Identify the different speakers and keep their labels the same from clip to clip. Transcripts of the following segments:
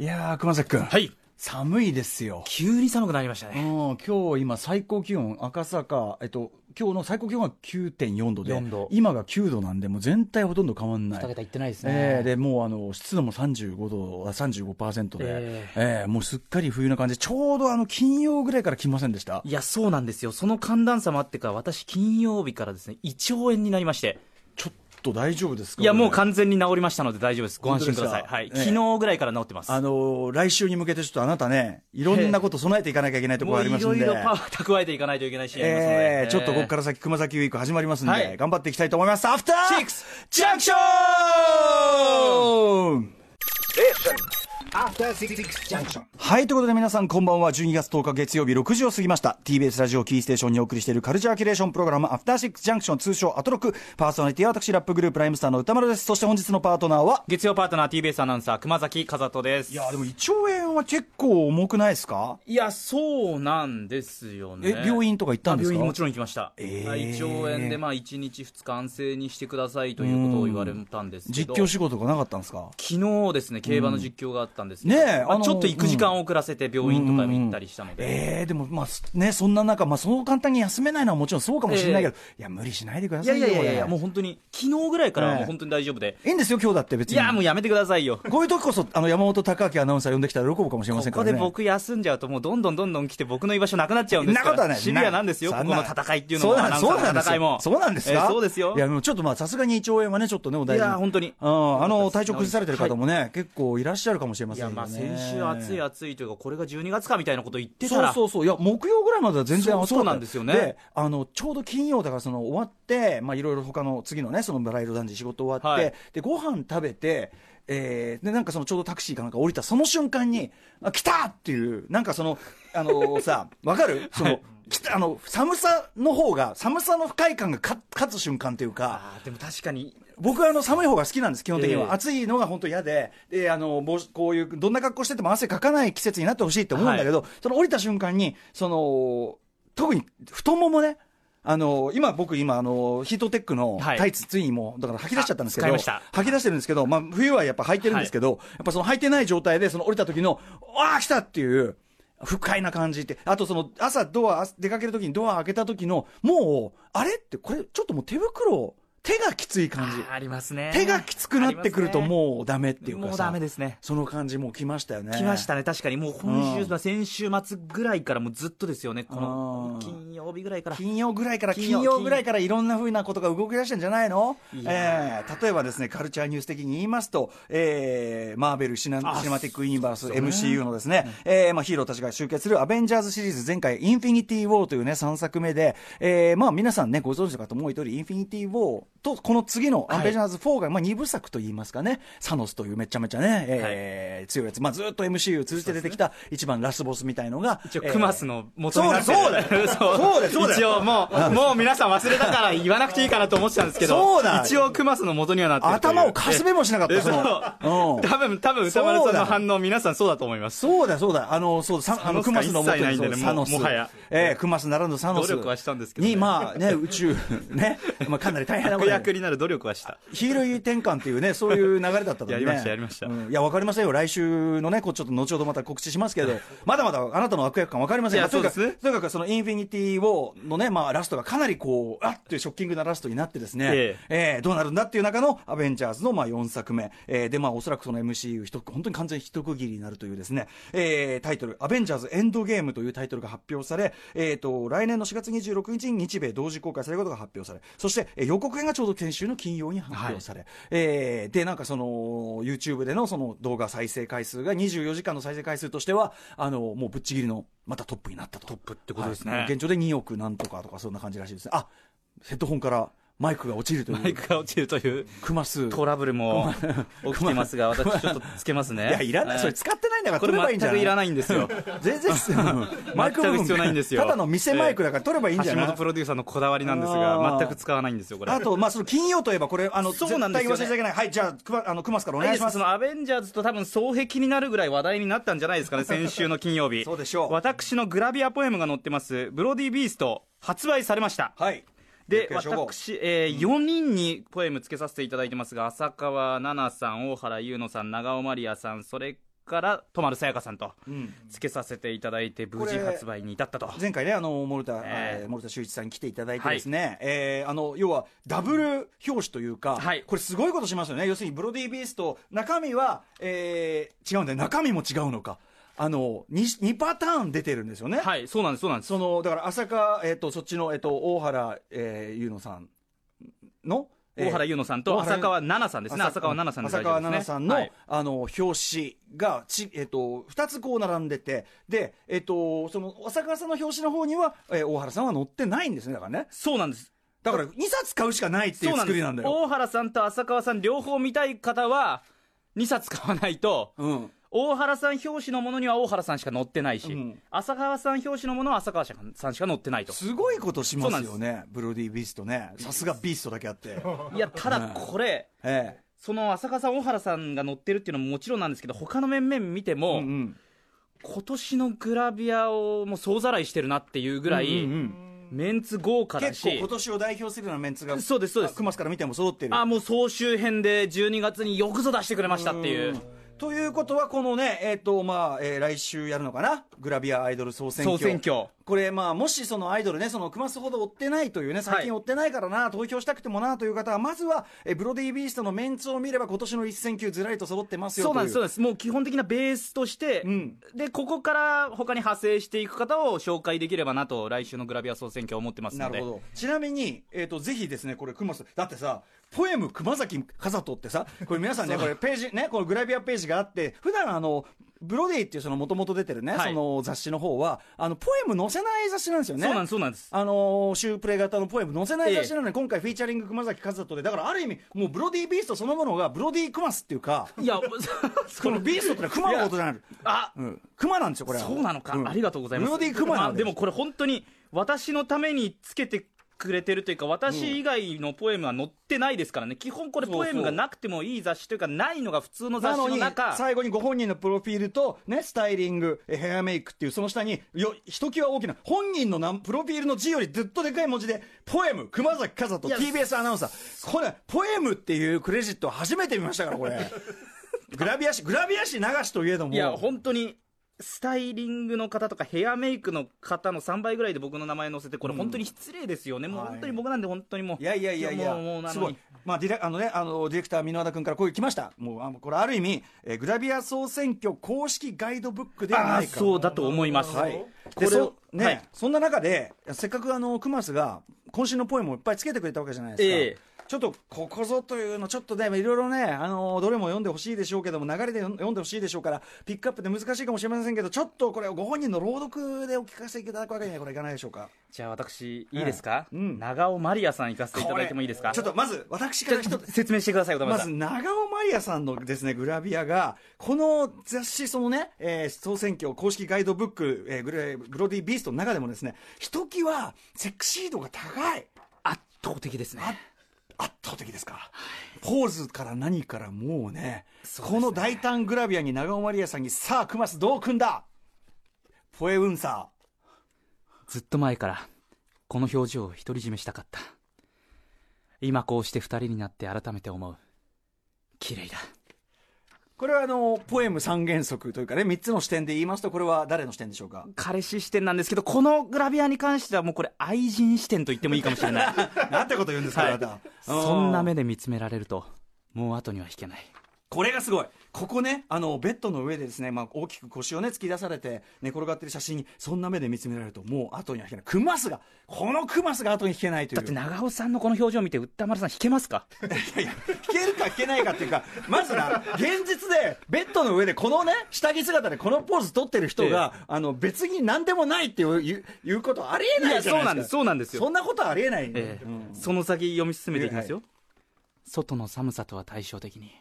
Speaker 1: いやー、熊崎くん。
Speaker 2: はい。
Speaker 1: 寒いですよ。
Speaker 2: 急に寒くなりました
Speaker 1: うん
Speaker 2: ね。、
Speaker 1: 今日今最高気温、赤坂、えっと、今日の最高気温は9.4度で、
Speaker 2: 4度
Speaker 1: 今が9度なんで、もう全体ほとんど変わんない。
Speaker 2: 二桁いってないですね。
Speaker 1: ええでもうあの湿度も35度あ35%で、え
Speaker 2: え
Speaker 1: えもうすっかり冬な感じちょうどあの金曜ぐらいから来ませんでした
Speaker 2: いや、そうなんですよ。その寒暖差もあってか、私、金曜日からですね、胃腸炎になりまして。
Speaker 1: ちょっと大丈夫ですか
Speaker 2: いや、もう
Speaker 1: これ
Speaker 2: 完全に治りましたので大丈夫です。ご安心ください。
Speaker 1: 本当
Speaker 2: はい
Speaker 1: で。すか
Speaker 2: 昨日ぐらいから治ってます。
Speaker 1: あの来週に向けてちょっとあなたねいろんなこと備えていかなきゃいけないとこ
Speaker 2: も
Speaker 1: ろあ
Speaker 2: う
Speaker 1: り
Speaker 2: い
Speaker 1: ます
Speaker 2: ろ
Speaker 1: ん
Speaker 2: い
Speaker 1: で
Speaker 2: ろパワー蓄えていかないといけないし、。
Speaker 1: ええちょっとここからら先、熊崎ウィーク始まりますんで、
Speaker 2: はい
Speaker 1: 頑張っていきたいと思います。アフター
Speaker 2: シックス
Speaker 1: ジャンクション
Speaker 3: After Six Junction.
Speaker 1: はい、ということで皆さんこんばんは。12月10日月曜日6時を過ぎました。TBS ラジオキーステーションにお送りしているカルチャーキュレーションプログラム、アフターシックスジャンクション通称アトロク。パーソナリティは私、ラップグループライムスターの歌丸です。そして本日のパートナーは、
Speaker 2: 月曜パートナー TBS アナウンサー、熊崎和人です。
Speaker 1: いやでも胃腸炎は結構重くないですか
Speaker 2: いや、そうなんですよね。
Speaker 1: え病院とか行ったんですか
Speaker 2: あ病院もちろん行きました。
Speaker 1: えー
Speaker 2: はい胃腸炎で、まあ、1日2日安静にしてくださいということを言われたんですけど。
Speaker 1: 実況仕事がなかったんですか
Speaker 2: 昨日ですね、競馬の実況があったんです
Speaker 1: う
Speaker 2: け
Speaker 1: ん
Speaker 2: ど、
Speaker 1: ねえ
Speaker 2: ま
Speaker 1: あ
Speaker 2: あ、
Speaker 1: の
Speaker 2: ちょっと行く時間を遅らせて病院とかに行ったりしたので、
Speaker 1: ええでも、まあ、すね、そんな中、まあ、そう簡単に休めないのはもちろんそうかもしれないけど、いや、無理しないでくだ
Speaker 2: い
Speaker 1: さ
Speaker 2: や
Speaker 1: い
Speaker 2: い
Speaker 1: よ、
Speaker 2: やい
Speaker 1: こ
Speaker 2: や
Speaker 1: れ。
Speaker 2: いや、もう本当に、昨日ぐらいからはも
Speaker 1: ええ
Speaker 2: う本当に大丈夫で、
Speaker 1: いいんですよ、今日だって別
Speaker 2: い
Speaker 1: に。
Speaker 2: や、もうやめてくださいよ。
Speaker 1: こういう時こそ、あの、山本隆明アナウンサー呼んできたら喜ぶかもしれませ
Speaker 2: こ
Speaker 1: んか
Speaker 2: こ
Speaker 1: らね。
Speaker 2: で僕休んじゃうと、もうどんどんどんどん来て、僕の居場所なくなっちゃうんです
Speaker 1: な
Speaker 2: か
Speaker 1: こ
Speaker 2: ら、
Speaker 1: とはない。
Speaker 2: シビアなんですよ、こ
Speaker 1: そ
Speaker 2: こ
Speaker 1: ん
Speaker 2: の
Speaker 1: な
Speaker 2: 戦いっていうの
Speaker 1: そう
Speaker 2: も、
Speaker 1: なん
Speaker 2: アナウン
Speaker 1: そう
Speaker 2: サー
Speaker 1: なんで
Speaker 2: の
Speaker 1: す
Speaker 2: 戦い
Speaker 1: よ
Speaker 2: も。。
Speaker 1: そうなんですか
Speaker 2: ええそうですよ。
Speaker 1: いや、でもちょっとまあ、さすがに胃腸炎はね、ちょっとね、お大事
Speaker 2: いや本当に
Speaker 1: うん。あの、体調崩されてる方もね、結構いらっしゃるかもしれま
Speaker 2: い
Speaker 1: せんよ
Speaker 2: や
Speaker 1: ね。
Speaker 2: まあ先週暑い暑いというか、これが12月かみたいなこと言ってた
Speaker 1: そう
Speaker 2: ら、
Speaker 1: そうそう、いや、木曜ぐらいまでは全然
Speaker 2: そう
Speaker 1: 暑かった
Speaker 2: そうなんですよね
Speaker 1: あのちょうど金曜だから、その終わって、まあいろいろ他の次のね、そのバラ色男児仕事終わって、
Speaker 2: はい
Speaker 1: でご飯食べて、えーでなんかそのちょうどタクシーかなんか降りたその瞬間に、あ来たっていう、なんかその、あ のさ、わかるその、来たあの寒さの方が、寒さの不快感が勝勝つ瞬間というか。
Speaker 2: あーでも確かに、
Speaker 1: 僕はあの寒い方が好きなんです、基本的には、
Speaker 2: ええ
Speaker 1: 暑いのが本当嫌で、であの帽子こういう、どんな格好してても汗かかない季節になってほしいって思うんだけど、その降りた瞬間に、その特に太ももね、あの今、僕、今あの、ヒートテックの
Speaker 2: はい
Speaker 1: タイツ、ついにもう、だから吐き出しちゃったんですけど、
Speaker 2: あ使いました
Speaker 1: 吐き出してるんですけど、まあ、冬はやっぱ履いてるんですけど、やっぱその履いてない状態で、その降りた時の、ああ、来たっていう。不快な感じって、あとその朝ドア、出かける時にドア開けた時の、もう、あれって、これ、ちょっともう手袋、手がきつい感じ
Speaker 2: あ。ーありますね。
Speaker 1: 手がきつくなってくると
Speaker 2: ありますね
Speaker 1: もうダメっていうかさ
Speaker 2: もうダメですね。
Speaker 1: その感じもう来ましたよね
Speaker 2: 来ましたね、確かに、もう今週、
Speaker 1: う
Speaker 2: 先週末ぐらいから、もうずっとですよね、こ
Speaker 1: う
Speaker 2: の
Speaker 1: ん
Speaker 2: 金曜日ぐらいから。
Speaker 1: 金曜ぐらいから
Speaker 2: 金
Speaker 1: 金曜
Speaker 2: 曜
Speaker 1: ぐらいからいろんなふうなことが動き出したんじゃないの
Speaker 2: い
Speaker 1: え
Speaker 2: や
Speaker 1: ー例えばですねカルチャーニュース的に言いますと、えーマーベルシナ
Speaker 2: あ
Speaker 1: シネマティック・ユニバース
Speaker 2: そうです
Speaker 1: MCU のですね、えーまあ、ヒーローたちが集結するアベンジャーズシリーズ前回インフィニティ・ウォーというね3作目で、えーまあ、皆さんねご存知の方もう一人インフィニティ・ウォーとこの次のアベンジャーズ4が、まあ、2部作といいますかねサノスというめちゃめちゃね、えー強いやつ、まあ、ずっと MCU 通じて出てきた一番ラスボスみたいのが
Speaker 2: 一応、
Speaker 1: えー
Speaker 2: クマスの元になってる
Speaker 1: そうだ そうだよそうだよそうだよ
Speaker 2: 一応、もう、もう皆さん忘れたから言わなくていいかなと思ってたんですけど、
Speaker 1: そうだ
Speaker 2: 一応、クマスの元にはなってるという
Speaker 1: 頭をかすめもしなかった、
Speaker 2: え
Speaker 1: そ
Speaker 2: そう
Speaker 1: の。うん
Speaker 2: 多分、多分、歌丸さんの反応、皆さんそうだと思います。
Speaker 1: そうだそうだ、あの、そうさあの、
Speaker 2: サノス
Speaker 1: クマスの元
Speaker 2: 一切ないんでね
Speaker 1: そう
Speaker 2: もう
Speaker 1: サノス
Speaker 2: もはや
Speaker 1: ええクマスならぬサノス。
Speaker 2: 努力はしたんですけどね
Speaker 1: に、まあね、宇宙、ね、まあかなり大変なこ
Speaker 2: 悪
Speaker 1: と
Speaker 2: 役になる努力はした。
Speaker 1: ヒーロー転換っていうね、そういう流れだったとね。
Speaker 2: やりましたやりました
Speaker 1: うんいや、わかりませんよ。来週のね、こうちょっと後ほどまた告知しますけど、まだまだあなたの悪役感わかりません
Speaker 2: いや
Speaker 1: まあとにかく
Speaker 2: そうですね
Speaker 1: とにかくそのインフィニティ・ウォーのね、まあラストがかなりこう、あっというショッキングなラストになってですね、え
Speaker 2: え
Speaker 1: ーどうなるんだっていう中のアベンジャーズのまあ4作目、えーでまあおそらくその MCU 一、本当に完全に一区切りになるというですね、えータイトル、アベンジャーズ・エンドゲームというタイトルが発表され、えーと、来年の4月26日に日米同時公開されることが発表され、そして、えー予告編がちょうど先週の金曜に発表され、えーで、なんかその、YouTube でのその動画再生回数が24時間の再生回数としては、あの、もうぶっちぎりの、またトップになったと。トップって
Speaker 2: ことですね
Speaker 1: 現状で2億なんとかとか、そんな感じらしいですね。あ、ヘッドホンからマイクが落ちると
Speaker 2: マ
Speaker 1: い
Speaker 2: イ
Speaker 1: う。
Speaker 2: クが落ちるという
Speaker 1: クマス。い
Speaker 2: トラブルも起きてますが、私ちょっとつけますね。
Speaker 1: や、いらない。それ
Speaker 2: は
Speaker 1: 使ってないんだから
Speaker 2: こ
Speaker 1: 取
Speaker 2: れ
Speaker 1: ればいいんじゃ
Speaker 2: 全
Speaker 1: な
Speaker 2: く
Speaker 1: い
Speaker 2: いらないんですよ。
Speaker 1: 全然、うんマイク部分
Speaker 2: 全く必要ないんですよ
Speaker 1: ただの店マイクだから取ればいいんじゃない
Speaker 2: 橋本プロデューサーのこだわりなんです
Speaker 1: あー
Speaker 2: が、全く使わないんですよ、これ。
Speaker 1: あと、まあ、その金曜といえば、これ、あの、
Speaker 2: そうなんですよね
Speaker 1: 絶対忘れちゃいけない。はい、じゃあ、クマ、あの、クマスからお
Speaker 2: いい
Speaker 1: 願い
Speaker 2: で
Speaker 1: し
Speaker 2: す
Speaker 1: ま
Speaker 2: か
Speaker 1: す
Speaker 2: そ。のアベンジャーズと多分双璧になるぐらい話題になったんじゃない ですかね、先週の金曜日。
Speaker 1: そうでしょう
Speaker 2: 私のグラビアポエムが載ってます、ブロディ・ビースト、発売されました。
Speaker 1: はい。
Speaker 2: で
Speaker 1: 了解しよう
Speaker 2: 私、えー4人にポエムつけさせていただいてますが、浅川奈々さん大原優乃さん長尾まりやさんそれから泊まるさやかさんと
Speaker 1: うん
Speaker 2: つけさせていただいて無
Speaker 1: こ
Speaker 2: 事
Speaker 1: れ
Speaker 2: 発売に至ったと
Speaker 1: 前回ね、あの森田、
Speaker 2: えー
Speaker 1: えー森田修一さんに来ていただいてですね、えーあの要はダブル表紙というか、
Speaker 2: はい
Speaker 1: これすごいことしましたよね。要するにブロディビースト中身は、えー違うんだよ。中身も違うのか。あの 2, 2パターン出てるんですよね。
Speaker 2: はいそうなんですそうなんです
Speaker 1: そのだから浅香、えっとそっちの、えっと大原、えー、優乃さんの、えー
Speaker 2: 大原優乃さん
Speaker 1: 大
Speaker 2: と
Speaker 1: 原優
Speaker 2: 浅川奈々さんですね浅川奈々さんで
Speaker 1: 浅
Speaker 2: 大丈夫
Speaker 1: 川
Speaker 2: です
Speaker 1: 奈
Speaker 2: ね
Speaker 1: 々さんの、
Speaker 2: はい
Speaker 1: あの表紙がち、えっと2つこう並んでてで、えっとその浅川さんの表紙の方には、えー大原さんは載ってないんですねだからね
Speaker 2: そうなんです
Speaker 1: だから2冊買うしかないっていう作りなんだよ
Speaker 2: 大原さんと浅川さん両方見たい方は2冊買わないと
Speaker 1: うん
Speaker 2: 大原さん表紙のものには大原さんしか載ってないし、
Speaker 1: うん
Speaker 2: 浅川さん表紙のものは浅川さんしか載ってないと
Speaker 1: すごいことしますよねブロディ・ビーストねさすがビーストだけあって、
Speaker 2: いやただこれ、
Speaker 1: ええ
Speaker 2: その浅川さん大原さんが載ってるっていうのももちろんなんですけど他の面々見て
Speaker 1: う
Speaker 2: も、
Speaker 1: んうん
Speaker 2: 今年のグラビアをもう総ざらいしてるなっていうぐらい、
Speaker 1: うんうん
Speaker 2: メンツ豪華だ
Speaker 1: 結構
Speaker 2: し
Speaker 1: 今年を代表するようなメンツが
Speaker 2: そうですそうです
Speaker 1: クマスから見ても揃ってる
Speaker 2: あもう総集編で12月によくぞ出してくれましたっていう
Speaker 1: ということは、このね、えっ、と、まあ、えー来週やるのかな、グラビアアイドル総選挙。
Speaker 2: 総選挙
Speaker 1: これ、まあ、もしそのアイドルね、その、熊須ほど追ってないというね、最近追ってないからな、投票したくてもな、という方は、まずは、えーブロディビーストのメンツを見れば、今年の一選球ずらりと揃ってますよ
Speaker 2: そうなんですそう
Speaker 1: う
Speaker 2: なんですもう基本的なベースとして、
Speaker 1: うん
Speaker 2: でここから他に派生していく方を紹介できればなと来週のグラビア総選挙は思ってます
Speaker 1: な
Speaker 2: ので
Speaker 1: るほど。ちなみに、えっ、と、ぜひですね、これ、熊須、だってさ、ポエム熊崎風人ってさ、これ皆 さんね、これページ、ね、このグラビアページがあって、普段あの、ブロディっていうその元々出てるね、
Speaker 2: はい
Speaker 1: その雑誌の方は、あの、ポエム載せない雑誌なんですよね。
Speaker 2: そうなんですそうなんです
Speaker 1: あのー、シュープレイ型のポエム載せない雑誌なのに、今回フィーチャリング熊崎和人で、だからある意味、もうブロディービーストそのものがブロディークマスっていうか、
Speaker 2: いや そ
Speaker 1: このビーストってのは熊のことじゃない。
Speaker 2: あ
Speaker 1: うん、熊なんですよ、これは。
Speaker 2: そうなのか、
Speaker 1: ん
Speaker 2: ありがとうございます
Speaker 1: ブロディークマ
Speaker 2: ま
Speaker 1: な
Speaker 2: あ
Speaker 1: ん
Speaker 2: でもこれ本当に私のためにつけてくれてるというか私以外のポエムは載ってないですからね基本これ
Speaker 1: そうそう
Speaker 2: ポエムがなくてもいい雑誌というかないのが普通の雑
Speaker 1: な
Speaker 2: 誌
Speaker 1: の
Speaker 2: の
Speaker 1: に
Speaker 2: 中
Speaker 1: 最後にご本人のプロフィールと、ね、スタイリングえヘアメイクっていうその下によひときわ大きな本人のなんプロフィールの字よりずっとでかい文字で「ポエム熊崎風人
Speaker 2: いや
Speaker 1: TBS アナウンサー」これ「ポエム」っていうクレジットは初めて見ましたからこれ グラビア誌グラビア誌流しといえども
Speaker 2: いや本当にスタイリングの方とかヘアメイクの方の3倍ぐらいで僕の名前載せてこれ本当に失礼ですよね、もう
Speaker 1: はい
Speaker 2: 本当に僕なんで本当にもう
Speaker 1: いやいやいやいや、
Speaker 2: もうもうな
Speaker 1: す
Speaker 2: の
Speaker 1: ご
Speaker 2: に
Speaker 1: い。まあ、ディレあのね、あの、ディレクター、箕輪田君からこういう来ました。もう、あのこれある意味、えーグラビア総選挙公式ガイドブックでは
Speaker 2: あ
Speaker 1: な
Speaker 2: あ
Speaker 1: いか。
Speaker 2: そうだと思います、
Speaker 1: はい。
Speaker 2: こ
Speaker 1: で、
Speaker 2: れ
Speaker 1: そ
Speaker 2: を、、
Speaker 1: ね、
Speaker 2: はい
Speaker 1: そんな中で、せっかくあの、クマスが、今週のポエムをいっぱいつけてくれたわけじゃないですか。
Speaker 2: ええ
Speaker 1: ちょっとここぞというの、ちょっとね、いろいろね、あのどれも読んでほしいでしょうけども、流れで読ん読んでほしいでしょうから、ピックアップで難しいかもしれませんけど、ちょっとこれ、ご本人の朗読でお聞かせいただくわけにはこれいかないでしょうか。
Speaker 2: じゃあ私いいですか、
Speaker 1: うんうん
Speaker 2: 長尾まりやさん行かせていただいてもいいですか
Speaker 1: ちょっとまず、私から一つ、
Speaker 2: 説明してください小田
Speaker 1: ま
Speaker 2: 村さ
Speaker 1: ず
Speaker 2: ん、
Speaker 1: 長尾まりやさんのですねグラビアがこの雑誌そのね、えー総選挙公式ガイドブック、えーグレブロディビーストの中でもですねひときわセクシー度が高い
Speaker 2: 圧倒的ですね
Speaker 1: 圧倒的ですかポーズから何からもうね
Speaker 2: そうです
Speaker 1: こ
Speaker 2: ね
Speaker 1: の大胆グラビアに長尾まりやさんにさあクマスどう組んだポエウンサー
Speaker 2: ずっと前からこの表情を独り占めしたかった今こうして二人になって改めて思う綺麗だ
Speaker 1: これはあのポエム三原則というかね3つの視点で言いますとこれは誰の視点でしょう か
Speaker 2: 彼氏視点なんですけどこのグラビアに関してはもうこれ愛人視点と言ってもいいかもしれない
Speaker 1: なんて こと言うんですか、あなた
Speaker 2: そんな目で見つめられるともう後には引けない
Speaker 1: これがすごいここねあのベッドの上でですね、まあ、大きく腰をね突き出されて寝転がってる写真にそんな目で見つめられるともう後には引けないクマスがこのクマスが後に引けないという
Speaker 2: だって長尾さんのこの表情を見て歌丸さん引けますか
Speaker 1: いやいや引けるか引けないかっていうかまずな現実でベッドの上でこのね下着姿でこのポーズ撮ってる人が、あの別に何でもないっていういういうことありえないじゃないですか
Speaker 2: いやそうなんですそうなんですよ
Speaker 1: そんなことありえない、
Speaker 2: ええ
Speaker 1: うん
Speaker 2: その先読み進めていきますよ、
Speaker 1: は
Speaker 2: 外の寒さとは対照的に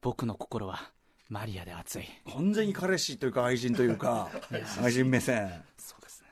Speaker 2: 僕の心はマリアで熱い
Speaker 1: 完全に彼氏というか愛人というか愛人目線
Speaker 2: そうです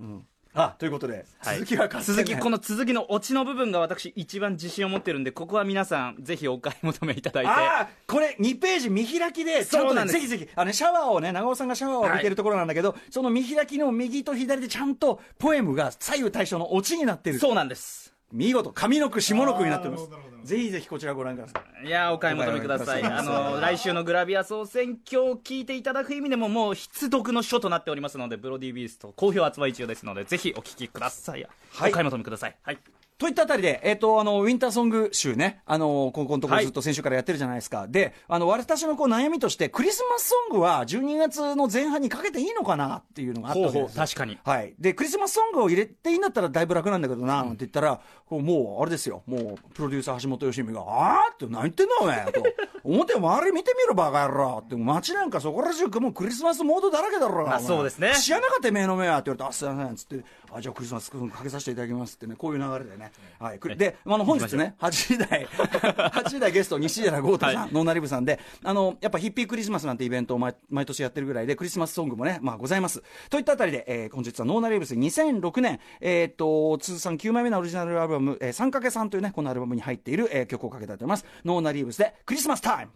Speaker 2: ね
Speaker 1: あということで、
Speaker 2: はい
Speaker 1: 続きは勝手
Speaker 2: 続
Speaker 1: ね
Speaker 2: きこの続きのオチの部分が私一番自信を持ってるんでここは皆さんぜひお買い求めいただいて
Speaker 1: ああこれ2ページ見開きでちゃ
Speaker 2: そ
Speaker 1: ん
Speaker 2: う
Speaker 1: と、
Speaker 2: なん
Speaker 1: ね、
Speaker 2: です
Speaker 1: ぜひぜひあのねシャワーをね長尾さんがシャワーを浴びてるところなんだけど、その見開きの右と左でちゃんとポエムが左右対称のオチになってる
Speaker 2: そうなんです
Speaker 1: 見事上の句下の句になっております
Speaker 4: あーなるほどなるほど
Speaker 1: ぜひぜひこちらご覧ください
Speaker 2: いやーお買い求めください
Speaker 1: お買い求
Speaker 2: あ
Speaker 1: めください
Speaker 2: の来週のグラビア総選挙を聞いていただく意味でももう必読の書となっておりますのでブロディービースト好評発売中ですのでぜひお聞きください、
Speaker 1: はい
Speaker 2: お買い求めくださいはい
Speaker 1: といったあたりで、えっ、と、あの、ウィンターソング集ね、あの、ここのところずっと先週からやってるじゃないですか。で、あの、私のこう悩みとして、クリスマスソングは12月の前半にかけていいのかなっていうのがあったわけですよ
Speaker 2: 確かに
Speaker 1: はい。で、クリスマスソングを入れていいんだったらだいぶ楽なんだけどな、なんて言ったら、こうもう、あれですよ、もう、プロデューサー橋本良美が、あーって何言ってんだお前、と。 表周り見てみろ、バカ野郎って、街なんかそこら中もうクリスマスモードだらけだろ。
Speaker 2: まあ
Speaker 1: お前
Speaker 2: そうですね
Speaker 1: 知らなかった、目の目はって言われて、あ、すいません、つって、あ、じゃあクリスマスソングかけさせていただきますってね、こういう流れでね。はい。くで、あの、本日ね、8時 台、8時台ゲスト、西寺豪太さん、ノーナリブさんで、あの、やっぱヒッピークリスマスなんてイベントを毎毎年やってるぐらいで、クリスマスソングもね、まあございます。といったあたりで、えー本日はノーナリブス2006年、えーっと、通算9枚目のオリジナルアルバム、えー、三掛さんというね、このアルバムに入っている、えー曲をかけたいと思います。ノーナリブスで、クリスマスタイム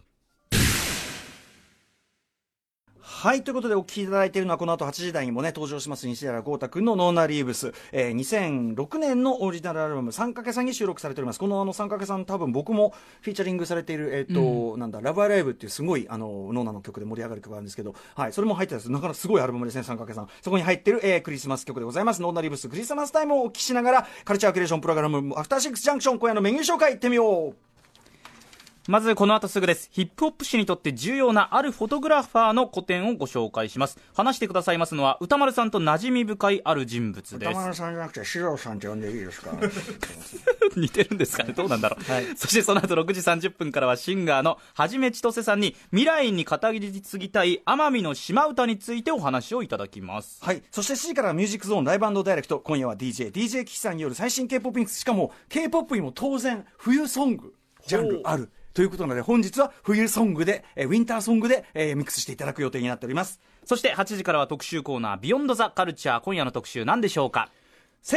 Speaker 1: はい。ということで、お聞きいただいているのは、この後8時台にもね、登場します、西原豪太くんのノーナリーブス、えー2006年のオリジナルアルバム、三掛さんに収録されております。この、あの、三掛さん、多分僕もフィーチャリングされている、えっ、と、なんだ、ラブアライブっていうすごい、あの、ノーナの曲で盛り上がる曲があるんですけど、はい。それも入ってたんです。なかなかすごいアルバムですね、三掛さん。そこに入ってる、えークリスマス曲でございます。ノーナリーブス、クリスマスタイムをお聞きしながら、カルチャークリエーションプログラム、アフターシックスジャンクション、今夜のメニュー紹介、行ってみよう
Speaker 2: まずこの後すぐです。ヒップホップ誌にとって重要なあるフォトグラファーの個展をご紹介します。話してくださいますのは歌丸さんと馴染み深いある人物で
Speaker 1: 歌丸さんじゃなくて、四郎さんって呼んでいいですか
Speaker 2: す。 似てるんですかねどうなんだろう。そしてその後6時30分からはシンガーのはじめちとせさんに未来に語り継ぎたい奄美の島唄についてお話をいただきます。
Speaker 1: はい。そして7時からミュージックゾーンライブダイレクト。今夜は DJ、DJ キキさんによる最新 K-POP ミックス。しかも、K-POP にも当然、冬ソング、ジャンルある。ということなので、本日は冬ソングで、えーウィンターソングで、えーミックスしていただく予定になっております。
Speaker 2: そして8時からは特集コーナービヨンドザカルチャー今夜の特集何でしょうか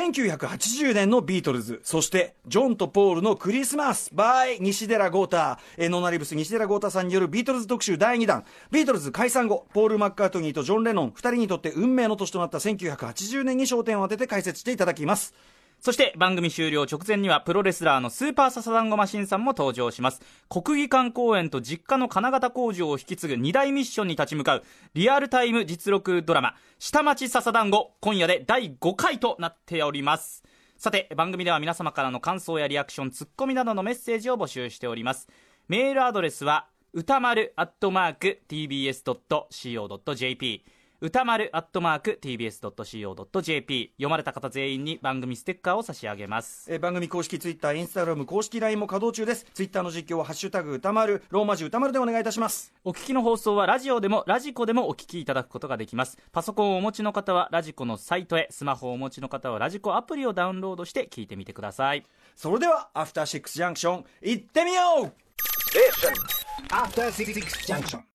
Speaker 1: 1980年のビートルズ、そして、ジョンとポールのクリスマス、by 西寺豪太、えーノーナリブス西寺豪太さんによるビートルズ特集第2弾、ビートルズ解散後、ポール・マッカートニーとジョン・レノン、二人にとって運命の年となった1980年に焦点を当てて解説していただきます。
Speaker 2: そして番組終了直前にはプロレスラーのスーパーササダンゴマシンさんも登場します。国技館公演と実家の金型工場を引き継ぐ二大ミッションに立ち向かうリアルタイム実録ドラマ下町ササダンゴ今夜で第5回となっております。さて番組では皆様からの感想やリアクション、ツッコミなどのメッセージを募集しております。メールアドレスは歌丸アットマーク tbs.co.jp 歌丸アットマーク tbs.co.jp 読まれた方全員に番組ステッカーを差し上げます
Speaker 1: えー番組公式ツイッター、インスタグラム公式 LINE も稼働中です。ツイッターの実況はハッシュタグ歌丸、ローマ字歌丸でお願いいたします。
Speaker 2: お聞きの放送はラジオでもラジコでもお聞きいただくことができますパソコンをお持ちの方はラジコのサイトへスマホをお持ちの方はラジコアプリをダウンロードして聞いてみてください
Speaker 1: それでは、アフターシックスジャンクション、行ってみよう
Speaker 3: Station. After Six Junction.